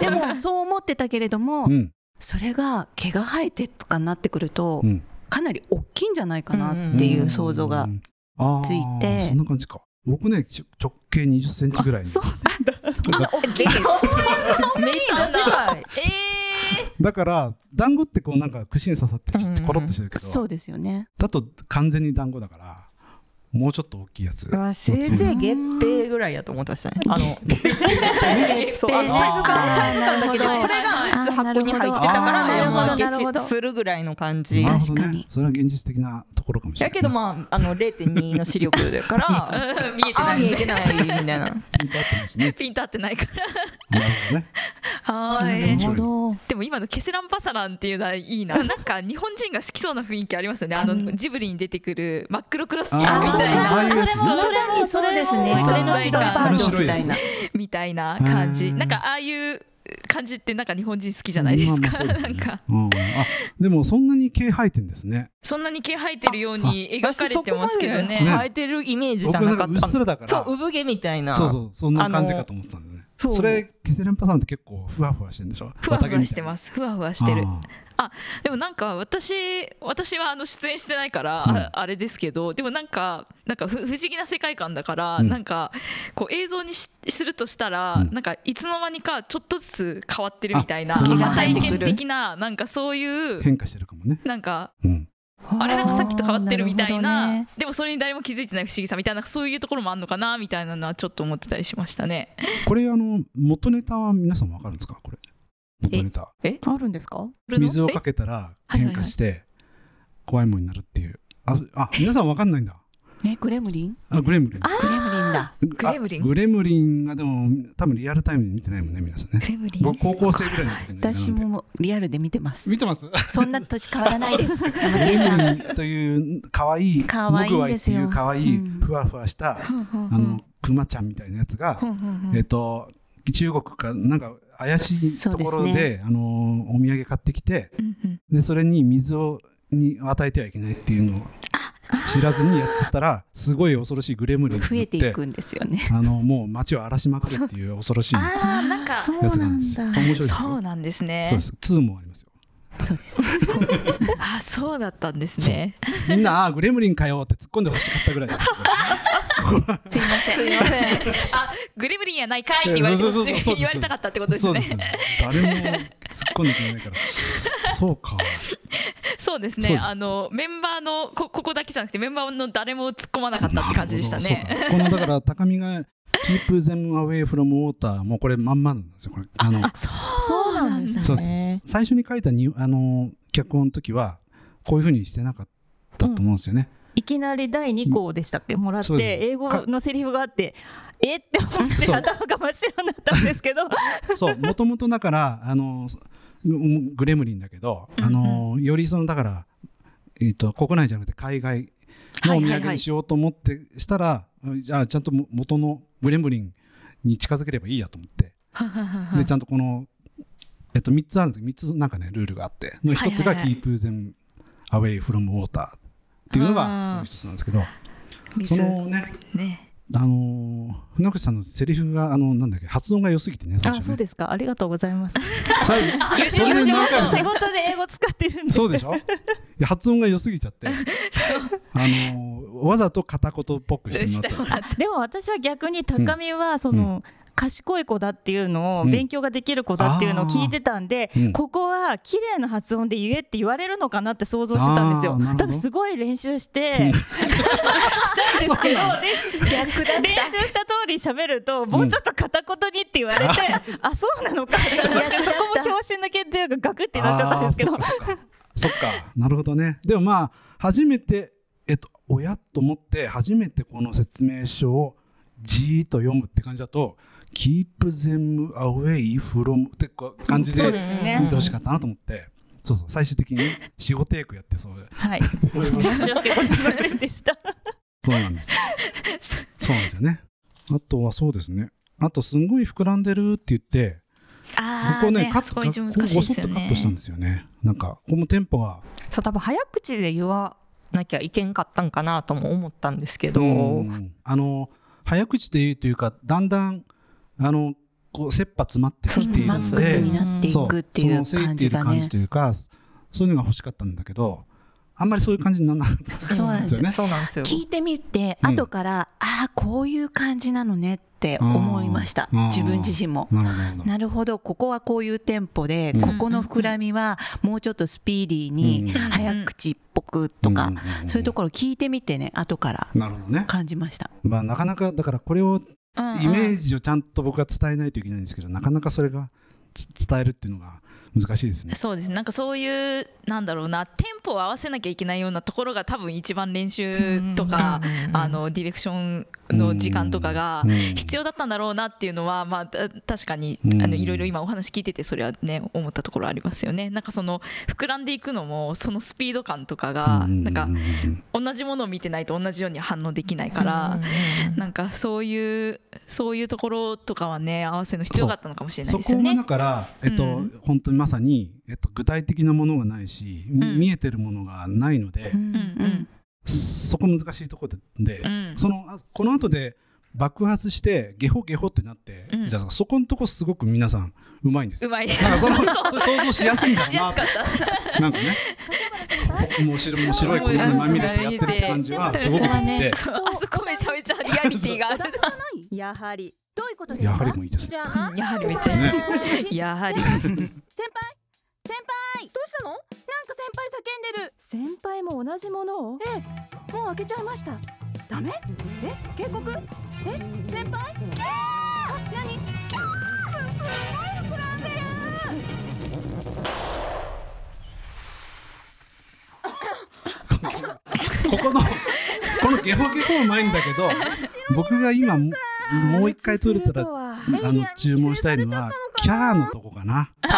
C: でもそう思ってたけれども、
B: うん
C: それが毛が生えてとかになってくると、
B: うん
C: かなり大きいんじゃないかなっていう想像が、ついて
B: あーそんな感じか。僕ねちょ直径20センチぐらいの。
C: そんな大きい
D: めっちゃでかい
B: だから団子ってこうなんか串に刺さってちょっとコロッとしてるけど、
C: そうですよね
B: だと完全に団子だからもうちょっと大きいやつ。
D: うわせいぜい月餅ぐらいやと思ってましたねあ のそうあの
C: 月餅
D: サイズ感
C: あー
D: サイズ感だけで
C: なるほど
D: それが
C: あー
D: 3つ箱に入ってたから
B: なるほど
D: 丸
C: あーなるほ
D: 分け
C: ど
D: しするぐらいの感じ
B: なるほ
C: 確
B: ど
C: か
B: ね
C: に。
B: それは現実的なところかもしれ
D: だ
B: ない。
D: けどまああの0.2の視力だから
A: うん 見えて
D: あ
A: な
D: ー
A: い
D: 見えてないみた
B: ピン
D: いな
B: ト合ってますね。
A: ピンと合ってないから
B: なるほどね。
A: は
C: な
A: ー
C: る
A: い
C: ほど
A: でも今のケセランパサランっていうのはいいななんか日本人が好きそうな雰囲気ありますよねあのジブリに出てくる真っ黒クロスケみ
B: あー
A: たい
B: ああ
A: な
B: いうやつね
A: そう
H: にそれですね
B: あー
C: それの白いバージョンみたいな
A: みたいな感
B: う
A: じ
B: ん
A: なんかああいう感じってなんか日本人好きじゃないです
B: まあまあ
A: か、
B: そうです
A: な
B: ね
A: んか
B: うん、あでもそんなに毛生えてんですね。
A: そんなに毛生えてるように 描かれてますけどね
B: ね
D: 生えてるイメージ
B: 僕
D: じゃ
B: な
D: なんか
B: か
D: っ
B: うったすらだから。
D: そう産毛みたいな
B: そうそうそんな感じかと思ってたんだよね。
D: そう
B: それケセレンパさんって結構ふわふわしてんでしょ。。
A: ふわふわしてますすふわふわしてる
B: あ
A: でもなんか私私はあの出演してないから、
B: うん
A: ああれですけどでもなんかなんかふ不思議な世界観だから、
B: うん
A: なんかこう映像にしするとしたら、
B: うん
A: なんかいつの間にかちょっとずつ変わってるみたいな
B: あそんな
A: 体験的ななんかそうい
B: ー
A: う
B: 変化してるかもね。
A: なんか
B: うん。
A: あれなんかさっきと変わってるみたいな
C: あーなるほどね
A: でもそれに誰も気づいてない不思議さみたいなそういうところもあるのかなみたいなのはちょっと思ってたりしましたね。
B: これあの元ネタは皆さんわかるんですかこれ。元ネタ。
E: あるんですか
B: 水をかけたら変化して怖いものになるっていう。ああ皆さんわかんないんだ。
C: ねグレムリン
B: あグレムリン。
C: グレムリンだ
B: グ
A: レムリン
B: グレムリンがでも多分リアルタイムで見てないもんね皆さんね。
A: クレムリン
B: 僕高校生ぐらいの時に。
C: 私。もリアルで見てます
B: 見てます。
C: そんな年変わらな いです。
B: グレム リンという可愛い
C: 可愛いんですよ
B: モグワイっていう可愛い
C: うん
B: ふわふわした、あのクマちゃんみたいなやつが、えっ、と中国かなんか怪しいとこ
C: そ
B: ろ
C: うで
B: で、
C: す
B: あのお土産買ってきてでそれに水をに与えてはいけないっていうのを知らずにやっちゃったらすごい恐ろしいグレムリンになっ
C: 増えていくんですよね。
B: あのもう街を荒らしまくるっていう恐ろしいや
A: あーなんか
B: つなんですよ。面白いですよ。
A: そうなんです
B: そ
A: ね
B: うです。ツーもありますよ。
C: そうです。
A: あそうだったんですね
B: みんな、ああー、グレムリンかよって突っ込んでほしかったぐらいだった。
C: すいません。
D: すいません
A: あグレムリンやないかいって言われて
B: そ
A: ほ
B: う
A: し
B: そう
A: い
B: そうそう
A: 言われたかったってことです
B: そう
A: ね
B: ですね。誰も突っ込んでくれないから。 そうか。
A: そうです
B: そう
A: ね。
B: です
A: あのメンバーのこここだけじゃなくてメンバーの誰も突っ込まなかったって感じでした
B: なる
A: ね。
B: ほどそうかこのだから高見が Keep them away from water もうこれまんまなんですよこれあの
E: そうなんです
B: そう
E: ね
B: 最初に書いたにあの脚本の時はこういう風にしてなかったと思うんですよね、
E: いきなり第2項でしたっけもらって
B: そうです
E: 英語のセリフがあってえって思っ
B: そう
E: て頭が真っ白になったんですけど
B: そうもともとだからあのググレムリンだけどあのよりそのだからえっ、と国内じゃなくて海外のお土
A: はいはい
B: 産
A: はい
B: にしようと思ってしたら、じゃあちゃんとも元のグレムリンに近づければいいやと思ってでちゃんとこの、えっと、3つあるんですけど3つなんかねルールがあっての1つ
A: は
B: が
A: いはいはい
B: Keep them away from water っていうの
A: うん
B: がその1つなんですけどそ
A: 水
B: のね
A: ね。
B: あのー船越さんのセリフがあのなんだっけ発音が良すぎてね最
E: あ
B: 初
E: そう
B: ね
E: ですかありがとうございます
B: 最後それで何回も
E: 仕事で英語使ってるんで
B: そうでしょいや発音が良すぎちゃ ってあのーわざと片言っぽくしてもらった
E: でも私は逆に高見はその、賢い子だっていうのを
B: うん
E: 勉強ができる子だっていうのを聞いてたんで、
B: うん
E: ここは綺麗な発音で言えって言われるのかなって想像してたんです
B: あ
E: よ
B: ーなるほど
E: ただすごい練習して、したんですけどで練習した通り喋るともうちょっと片言にって言われて、あそうなのかって思ってそこも拍子抜けっていうかガクってなっちゃったんですけど
B: あーそっか そっかそっかなるほどねでもまあ初めてえっと親と思って初めてこの説明書をじーっと読むって感じだと「keep them away from」ってこう感じで
E: そうですよね
B: 見てほしかったなと思ってそうそう最終的に45テイクやってそう
E: はい申し訳ございませんでした
B: そうなんです。そうなんですよね。あとはそうですね。あとすんごい膨らんでるって言って、
A: ああ
B: ここ
A: ね
B: ね、カ
A: あ
B: ッ
A: そ
B: ト、
A: こ
B: こ
A: 一番
B: こ
A: 難しい
B: ご
A: で
B: そっ
A: すよ
B: とカットしたん
A: ね。
B: ですよね。なんか、ここもテンポが、
D: そう多分早口で言わなきゃいけんかったんかなとも思ったんですけど、
B: うんあの、早口で言うというか、だんだん、あの、こう、切羽詰まってきている
C: マ
B: の
C: ッ
B: で、
C: クスになっていくってい
B: そうそのせ
C: 感
B: い
C: じ
B: てい
C: が
B: る感
C: ね
B: じ。というか、そういうのが欲しかったんだけど、あんまりそういう感じにならなかった
C: そうなんですよ
B: ね。
D: そうなんですよ
C: 聞いてみて、
B: うん
C: 後から、ああ、こういう感じなのねって思いました。
B: うん
C: 自分自身も。
B: なるほどなるほど。
C: なるほど、ここはこういうテンポで、
B: うん
C: ここの膨らみはもうちょっとスピーディー
B: うん
C: に、早口っぽくとか、そういうと
B: こ。
C: ころ聞いてみてね、後から
B: なるほどね。
C: 感じました。
B: まあ、なかなか、だからこれをイメージをちゃんと僕は伝えないといけないんですけど、なかなかそれがつ伝えるっていうのが難しいですね。
A: そうですねなんかそういうなんだろうなテンポを合わせなきゃいけないようなところが多分一番練習とか、あのディレクションの時間とかが必
B: 要
A: 要だったんだろうなっていうのは、まあ、た確かに
B: うん
A: あのいろいろ今お話聞いててそれはね思ったところありますよねなんかその膨らんでいくのもそのスピード感とかがなんか同じものを見てないと同じように反応できないから、なんかそういうそういうところとかはね合わせの必要があったのかもしれない
B: そ
A: です
B: こ
A: よ
B: が
A: ね
B: だ。から、えっと
A: うん
B: 本当にまさに、えっと、具体的なものがないし、み
A: うん
B: 見えてるものがないので、
A: うんうん
B: そこ難しいところでで
A: うん
B: そのあこの後で爆発してゲホゲホってなって、
A: うん
B: じゃあそこのとこすごく皆さんうまいんです
A: う
B: よ。
A: まい
B: なんかそのそれ想像しやすいんだ
A: し
B: ろ
A: や
B: う
A: すか
B: な
A: っ
B: と
A: た
B: なんかね、もう白もう白い粉にまみれてやってるって感じはすごくあって、
A: そうあそこめちゃめちゃリアリティがある
H: やはり
F: どういうことですか
B: やはりもういいですね。
G: じゃあ
A: やはりめっちゃいいですやはり
F: 先輩先輩
G: どうしたの
F: なんか先輩叫んでる
H: 先輩も同じものを
F: もう開けちゃいましたダメえ警告え先輩キャーあ何キャーすすごい膨らんでる
B: ここのこのゲホゲホうまいんだけど、僕が今もう一回取れたら
H: ら
B: あの注文したいのはキャーのとこかな。
D: もっとキ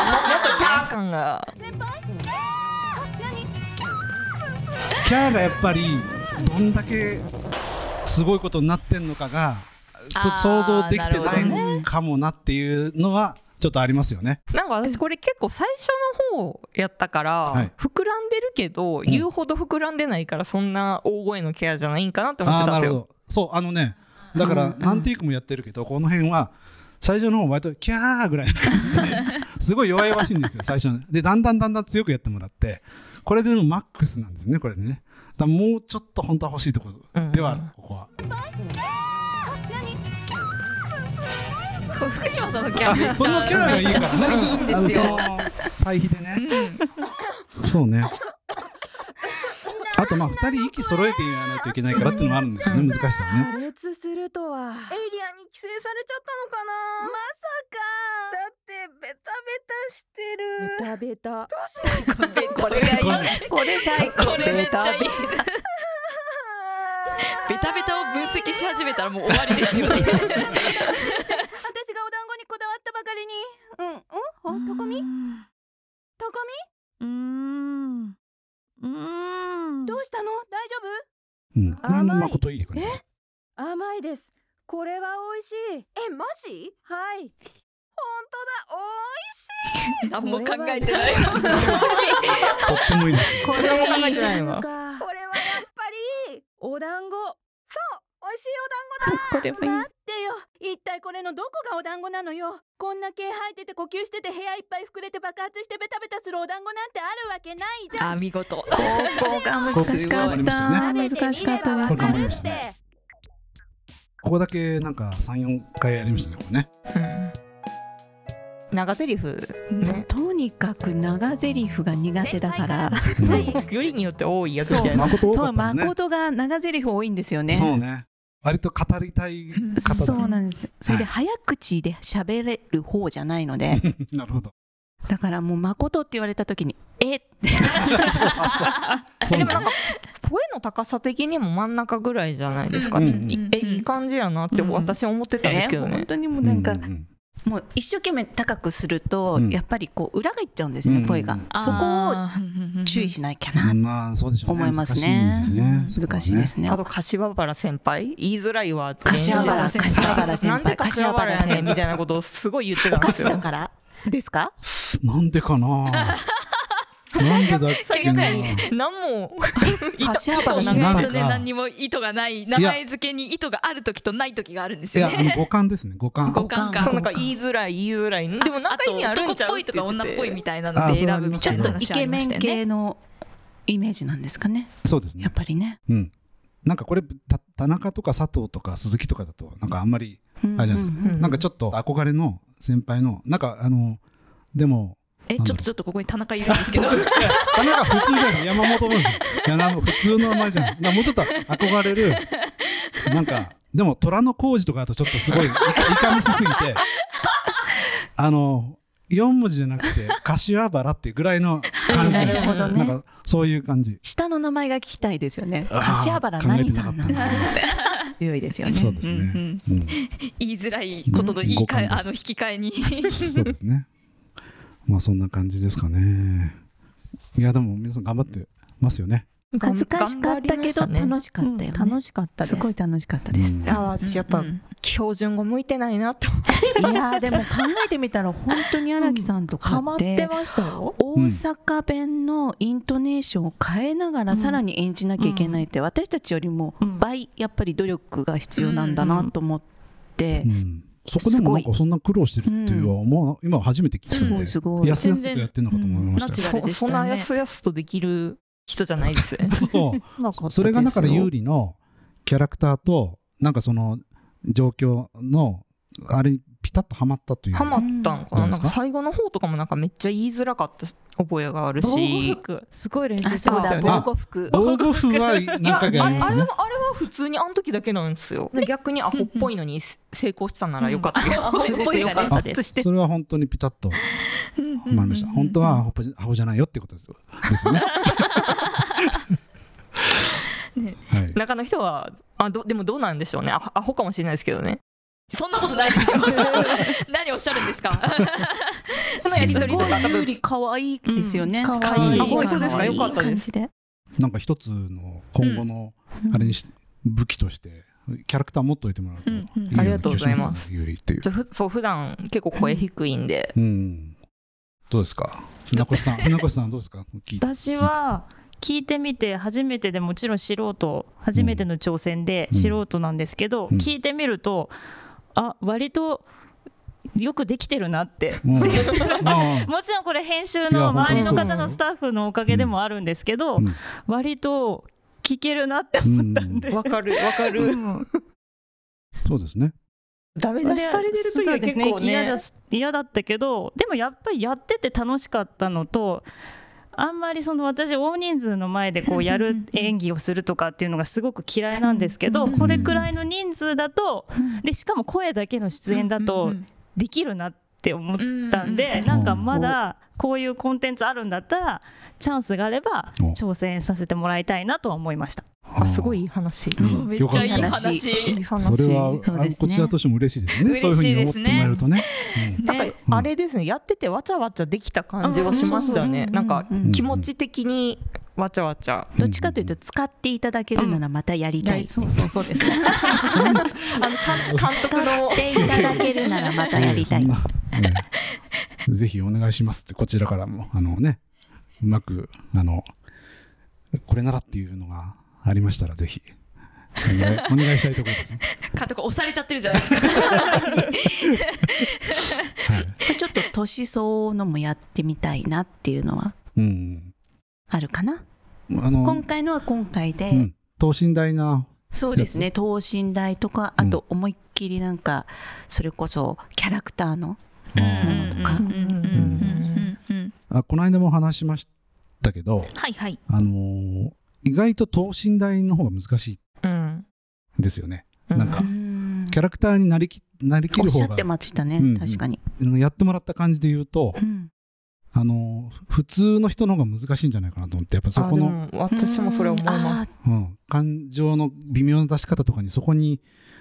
D: ャー感が
F: 先輩キャーあ何
B: キャーがやっぱりどんだけすごいことになってんのかがちょっと想像できてないのかもなっていうのはちょっとありますよね。
D: なんか私これ結構最初の方やったから、
B: はい
D: 膨らんでるけど言うほど膨らんでないからそんな大声のケアじゃないんかなって思っ
B: あ
D: て
B: あー
D: た
B: な
D: んで
B: る
D: す
B: ほ
D: よ。
B: ど。そうあのねだから何テイクもやってるけどこの辺は最初の方割とキャーぐらいな感じですごい弱々しいんですよ最初のでだんだんだんだん強くやってもらってこれでもマックスなんですねこれでねだからもうちょっと本当は欲しいところではある、ここは
A: こう福島さんのキャラ
B: このキャラがいいからね
A: いいんですよ
B: あのその対比でね、そうねあとまあ2人息揃えてやらないといけないからっていうのもあるんですよね難しさはね
H: 破裂するとは
G: エイリアンに寄生されちゃったのかなまさかだって
H: ベタ
G: ベタベタしてる
H: ベタ
A: これがいい
C: これ最
A: これめっちゃいい
G: あー
A: ベタベタを分析し始めたらもう終わりですよね
F: 私がお団子にこだわったばかりにうんうんお高見高
E: うーんうーん
F: 見どうしたの大丈夫
B: うんこれも
H: 甘い
B: 誠いい感じです
H: 甘いですこれは美味しい
G: えマジ
H: はい
G: 本当だ
A: 何も考えてない
B: とってもいいですよ
D: これは考えてない
H: そ
D: わ
H: うか
G: おいこれはやっぱり
H: お団子
G: 美味し
E: こ
G: い
E: れはいい
F: 待ってよ一体これのどこがお団子なのよこんな毛生えてて呼吸してて部屋いっぱい膨れて爆発してベタベタするお団子なんてあるわけないじゃん
A: あ見事
C: 高が
B: 難しかった
F: 食べてみればわ
B: これ頑
F: か
B: 張
F: る
B: り
F: っ
B: ま
F: て
B: したねここだけなんか34回やりましたねこれ ね
D: うん長 ゼリフね
C: とにかく長ゼリフが苦手だから
D: よりによって多いやつみ
C: そ
D: た
C: う
D: いな
B: 誠多か
C: そう
B: ったね
C: 誠が長ゼリフ多いんですよね
B: そうね割と語りたい方
C: そ
B: だ
C: うなんですそれで
B: は
C: 早口で喋れる方じゃないので
B: なるほ ど
C: だからもう誠って言われた時にえ
B: そう
D: でも
B: ね
D: なんか声の高さ的にも真ん中ぐらいじゃないですか、
B: うん
D: ちょっとい
A: うん
D: えいい感じやなって
C: うん
D: 私思ってたんですけど
C: もう本
D: ね、
C: 当にもうなんか、
B: うううん
C: もう一生懸命高くすると、
B: うん
C: やっぱりこう裏がいっちゃうんですよ
B: う
C: ね、
B: ん
C: 声がそこ
A: こ
C: を注意しなきゃな、
B: まあそうでしょうね
C: 思いますね
B: 難しいんですよね
C: 難しいですね
D: あと柏原先輩言いづらいわって練習
C: 柏原先輩
D: なんで柏原やねんみたいなことをすごい言ってた
C: お
D: んで
C: 菓
D: す
C: 子
D: よ
C: だからですか
B: そこはねなんでかななんでだっけな
D: 何も
C: 柏
A: 意
C: 原
B: なん
C: 先
B: か
A: 外とね何にも意図がない名前付けに意図がある時とない時があるんです
B: い
A: よ
B: や
A: ね
B: あの五感ですね五感
A: 五感
D: そう
A: か
D: なんか言いづらい言いづらいでもなんか意味あるんちゃ
A: 男っ
D: う
A: ぽいとか女っぽいみ
D: た
A: たいなので選ぶみたいな
C: 輩イ
A: 話あ
C: ケ
A: りま
C: メ
A: し
C: ン
A: たよね
C: 系のイメージなんですかね
B: そうです
C: や
B: ね
C: っぱりね、
B: うんなんかこれた田中とか佐藤とか鈴木とかだとなんかあんまり
C: うん
B: あれじゃないです
C: うんうん
B: なんかちょっと憧れの先輩のなんかあので も
A: えちょっとちょっとここに田中いるんですけど
B: 田中普通じゃない山本なんですよいやなんか普通の名前じゃんだからもうちょっと憧れるなんかでも虎の工事とかだとちょっとすごいいいかみしすぎてあの4文字じゃなくて柏原っていうぐらいの感じなんですよ
C: なるほ
B: な
C: どね
B: んかそういう感じ
C: 下の名前が聞きたいですよね
B: あー
C: 柏原何さんな
B: 考えてなかっ
C: の強いですよね
B: そうです
A: うんう
B: ね、
A: ん
B: うん、
A: 言いづらいことの言い換え
B: 五感で
A: あ
B: す
A: の引き換えに
B: そうですね。まあそんな感じですかね。いやでも皆さん頑張ってますよね。
D: い
C: 恥ずかしかったけど楽しかったよね、
D: 楽しかったです
C: すごい楽しかった
B: う
C: です、
B: ん
D: あ私やっぱ
A: うん
D: 標準語向いてないなと
C: いやーでも考えてみたら本当に荒木さんとかって
E: ましたよ
C: 大阪弁のイントネーションを変えながらさらに演じなきゃいけないって私たちよりも
E: うん
C: 倍やっぱり努力が必要なんだなと思って
B: うんそこでもなんかそんな苦労してるっていうは思う、今初めて聞いた
C: す
B: ん
C: ご
B: で
C: い、すごい
B: やすやすとやってんのかと思いました
A: 全
B: よ。
A: 然ナチュラル
D: そ
A: でした
D: そ
A: ね
D: んなやすやすとできる人じゃないですね
B: そう。
E: なかった
B: それがだから有
E: 利
B: 利のキャラクターとなんかその状況のあれにピタッとはまったという。
D: ハマったんかな
B: うん
D: なんか最後の方とかもなんかめっちゃ言いづらかった覚えがある
E: 防護
D: し
E: 服すごい練習
C: あ
E: して
C: そ
E: ま
C: う
E: した
C: だ
E: よね
C: 防護服
B: 防護服は何回かやりまし
D: あ
B: た
D: れ
B: ね
D: は。あれは普通にあの時だけなんですよ逆にアホっぽいのにせ成功したならよかったよ、すごくよかったです
B: それは本当にピタッとはまりました。本当はアホじゃアホじゃないよってことですよですよね。はい。
D: 中の人はあどでもどうなんでしょうねアホアホかもしれないですけどね
A: そんなことないです よ何をおっしゃるんですか
D: そのやり
C: す
D: 取り
C: ご
D: とか
C: い
D: 多
C: 有
D: 分
C: 利可愛いですよね、
E: うん可
A: 愛い
C: す
A: あ
C: ごい
A: 本当ですか
C: 可愛い
D: よかったです
C: 感じで
B: なんか一つの今後のあれにし、武器としてキャラクター持っといてもらうと、
A: うんうん
B: いいよ
D: ありがとうございます
B: 気がしね。ゆりっていう
D: ち。ょふそう普段結構声低いんで、
B: うん。どうですか。船越さん、船越さんはどうですか。聞い て。
E: 私は聞いてみて初めてでもちろん素人初めての挑戦で
B: うん
E: 素人なんですけど、
B: うん
E: 聞いてみるとあ割とよくできてるなって
B: うんああ
E: もちろんこれ編集
B: いや
E: の
B: 本当
E: 周
B: に
E: り
B: そ
E: の
B: うです
E: 方のスタッフのおかげでもあるんですけど、
B: うん
E: 割と聞けるなって
B: うん
D: わかるわかる
B: そうですね。
D: ダメ出しされてる時は結構
E: 嫌だ
D: ね
E: し嫌だったけどでもやっぱりやってて楽しかったのとあんまりその私大人数の前でこうや
D: うんう
E: る
D: んうん
E: 演技をするとかっていうのがすごく嫌いなんですけど
D: うんうん
E: これくらいの人数だとでしかも声だけの出演だとできるなって思っったんで、なんかまだこういうコンテンツあるんだったらチャンスがあれば
B: お
E: 挑戦させてもらいたいなとは思いました。
D: あすごいいい話
B: うん
A: めっちゃいい
B: よかった
A: 話
C: 話
D: いい話
B: それは、
C: そう
B: あ
C: です
B: こ
C: ね
B: ちらとしても嬉しいですね。そういうふ
A: 嬉
B: う
A: し
B: に
A: いで
B: 思って
A: す
B: も
A: ね
B: らえるとね。
D: なん
A: ね
D: かあれですね、やっててわちゃわちゃできた感じはしましたね、なんか
B: うん
D: 気持ち的にわちゃわちゃ、
C: どっちかというと使っていただけるならまたやりたい、
D: そうそうそうですねあのか監督 の
C: 使っていただけるならまたやりたい
B: うんそんなうんぜひお願いしますって、こちらからも、あのね、うまく、あの、これならっていうのがありましたら、ぜひ、お願い お願いしたいところですね。
A: 監督押されちゃってるじゃないですか
B: はい。
C: ちょっと年相応のもやってみたいなっていうのは
B: うん。
C: あるかな、
B: あの、
C: 今回のは今回で、
B: うん。等身大な、
C: そうですね等身大とかあと思いっきりなんかそれこそキャラクターの
A: うん
B: あ
A: うん
B: ー
A: うん
B: と
A: う
B: か。
A: んうんうん
B: あこの間も話しましたけど、
A: はいはい
B: あのー意外と等身大の方が難しい
D: うん
B: んですよね。
D: うん
B: なんかキャラクターになりきなりき
C: おっ
B: る
C: し
B: 方
C: ゃっ
B: が
C: てましたね、
B: うん
C: 確かに、
B: やってもらった感じで言うと、
C: うん
B: あのー普通の人の方が難しいんじゃないかなと思ってやっぱそ
D: あ
B: こ
D: で
B: の、
D: も私もそれ思います
C: あ
B: うん、感情の微妙な出し方とかにそこに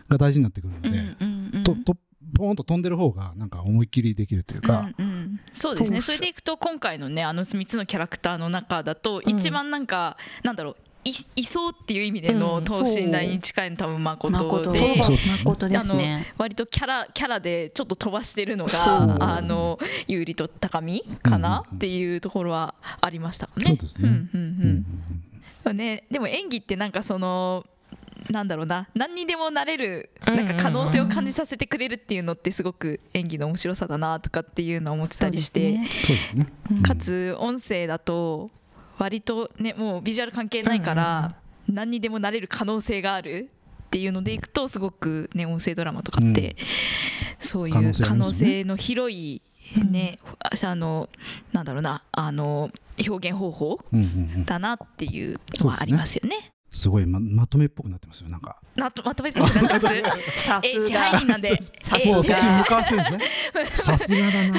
B: が大事になってくるの
A: う
B: で、
A: んうんうん
B: ととポーンと飛んでる方がなんか思いっきりできるというか、
A: うんうん、そうですね
D: 通す
A: それでいくと今回のねあの3つのキャラクターの中だと一番なんか、なんだろういいそうっていう意味で
D: う
A: の
D: ん
A: 等身大に近いの多分
C: あ誠
A: 誠で、
C: で
B: そう
C: 誠ですね
A: 割とキャラキャラでちょっと飛ばしてるの
B: そう
A: があの有利と高見かな、
B: うん
A: っていうところはありましたかね。
B: そうですね
A: んうん
B: う
A: うんん
B: うん
A: そうね、でも演技ってなんかそのなんだろうな何にでもなれる
D: うん
A: なんか可能性を感じさせてくれるっていうのってすごく演技の面白さだなとかっていうのを思ってたりして、
C: そうですね
B: そうですね。うん
A: かつ音声だと割とねもうビジュアル関係ないから何にでもなれる可能性があるっていうのでいくとすごくね音声ドラマとかって、そうい
B: 可能
A: う
B: 性あ
A: 可
B: りま
A: 能
B: すね
A: 性の広いね、あのなんだろうなあの表現方法
B: うんうんうん
A: だなっていうのはありますよね。
B: すごいままとめっぽくなってますよなんか。
A: なとまとめてくださいます。
D: さ
A: え支配人なんで。え
B: もうそっちに
A: じゃ
B: 向かわせるん ですね。さすがだな。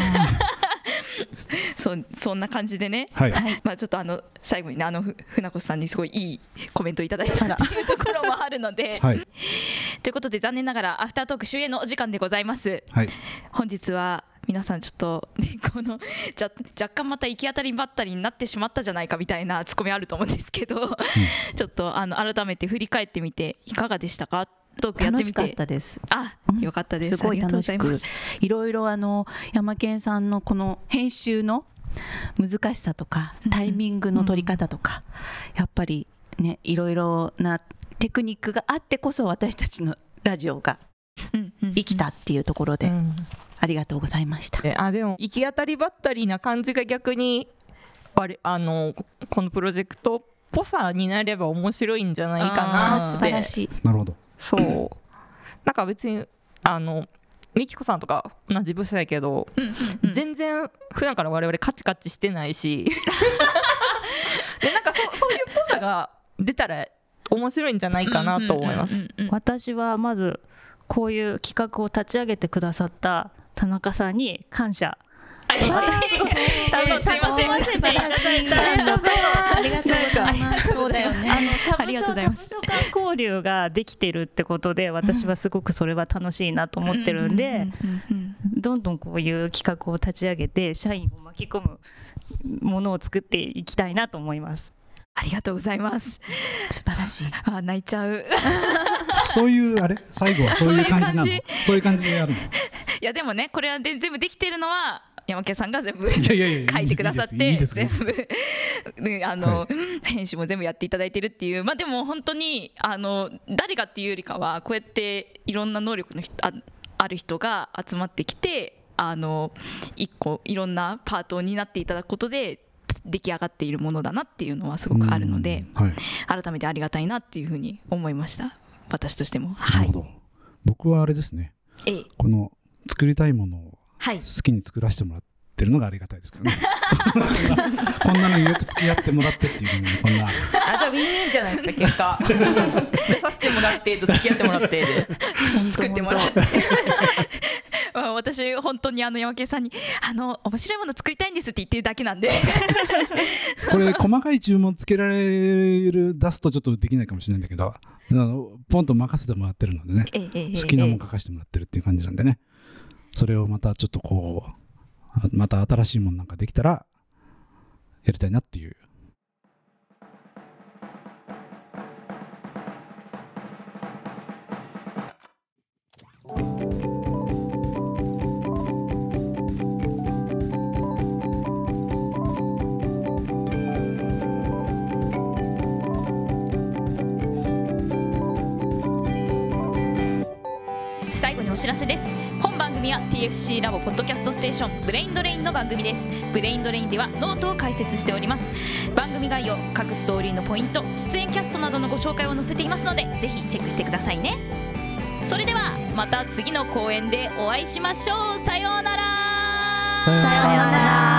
A: あそそんな感じでね。
B: はい。
A: まあちょっとあの最後にねあのふ船越さんにすごいいいコメントいただいたっていうところもあるので、
B: はい。
A: ということで残念ながらアフタートーク終演のお時間でございます。
B: はい。
A: 本日は皆さんちょっと、ね、 このじゃ若干また行き当たりばったりになってしまったじゃないかみたいなツッコミあると思うんですけど、 ちょっとあの改めて振り返ってみていかがでしたかトークやってみ
C: 楽
A: て
C: しかったです
A: あよかったです
C: すごい楽し
A: ありがとうございま
C: く
A: す
C: いろいろあの山健さんのこの編集の難しさとかタイミングの取り方とか、やっぱりねいろいろなテクニックがあってこそ私たちのラジオが
A: うんうんうん
C: 生きたっていうところで、ありがとうございました。
D: えあでも行き当たりばったりな感じが逆にあれあのここのプロジェクトっぽさになれば面白いんじゃないか
A: あー
D: な
C: 素
D: っ
C: 晴
D: て
C: らしい。
B: なるほど。
D: そうなんか別にあのみきこさんとか同じ部署やけど、
A: うんうんうん
D: 全然普段から我々カチカチしてないしでなんかそそういうっぽさが出たら面白いんじゃないかなと思います。
A: うんうんうんうん
E: 私はまずこういう企画を立ち上げてくださった田中さんに感謝
A: あいやいやいやいやすいません。
C: 素晴らしい。ありがとうございます。ありがとうございます。そうだよね。
E: あ。
A: ありがとうございます
E: 多文化交流ができてるってことで私はすごくそれは楽しいなと思ってるんで、
A: うんうんうん
E: どんどんこういう企画を立ち上げて社員を巻き込むものを作っていきたいなと思います。
A: ありがとうございます。
C: 素晴らしい。
A: あ泣いちゃう。
B: そういうあれ最後はそういう感じなの
A: そういう感。
B: そういう感じでやるの。
A: いやでもねこれはで全部できてるのは山家さんが全部。
B: いやいやいや。
A: 書いてくださって
B: いいですい
A: 全
B: いですいいです
A: 部、 ね、あの、編集も全部やっていただいてるっていうまあでも本当にあの誰がっていうよりかはこうやっていろんな能力の人あある人が集まってきてあの一個いろんなパートになっていただくことで出来上がっているものだなっていうのはすごくあるので、
B: うんはい、
A: 改めてありがたいなっていうふうに思いました私としても
B: な
A: は
B: る
A: い
B: ほど僕はあれですね
A: ええ
B: この作りたいものを
A: はい
B: 好きに作らせてもらってるのがありがたいですけどね こんなのによく付き合ってもらってっていうのにこんな
D: あじゃあウィンウィンじゃないですか結果出させてもらってと付き合ってもらってで 作ってもらって
A: まあ私本当にあの山系さんにあの面白いもの作りたいんですって言ってるだけなんで
B: これ細かい注文つけられる出すとちょっとできないかもしれないんだけどあのポンと任せてもらってるのでね
A: ええええええ
B: 好きなもん書かせてもらってるっていう感じなんでねそれをまたちょっとこうあまた新しいもんなんかできたらやりたいなっていう
A: 最後にお知らせです本番組は TFC ラボポッドキャストステーションブレインドレインの番組ですブレインドレインではノートを解説しております番組概要各ストーリーのポイント出演キャストなどのご紹介を載せていますのでぜひチェックしてくださいねそれではまた次の公演でお会いしましょうさようなら
B: さようなら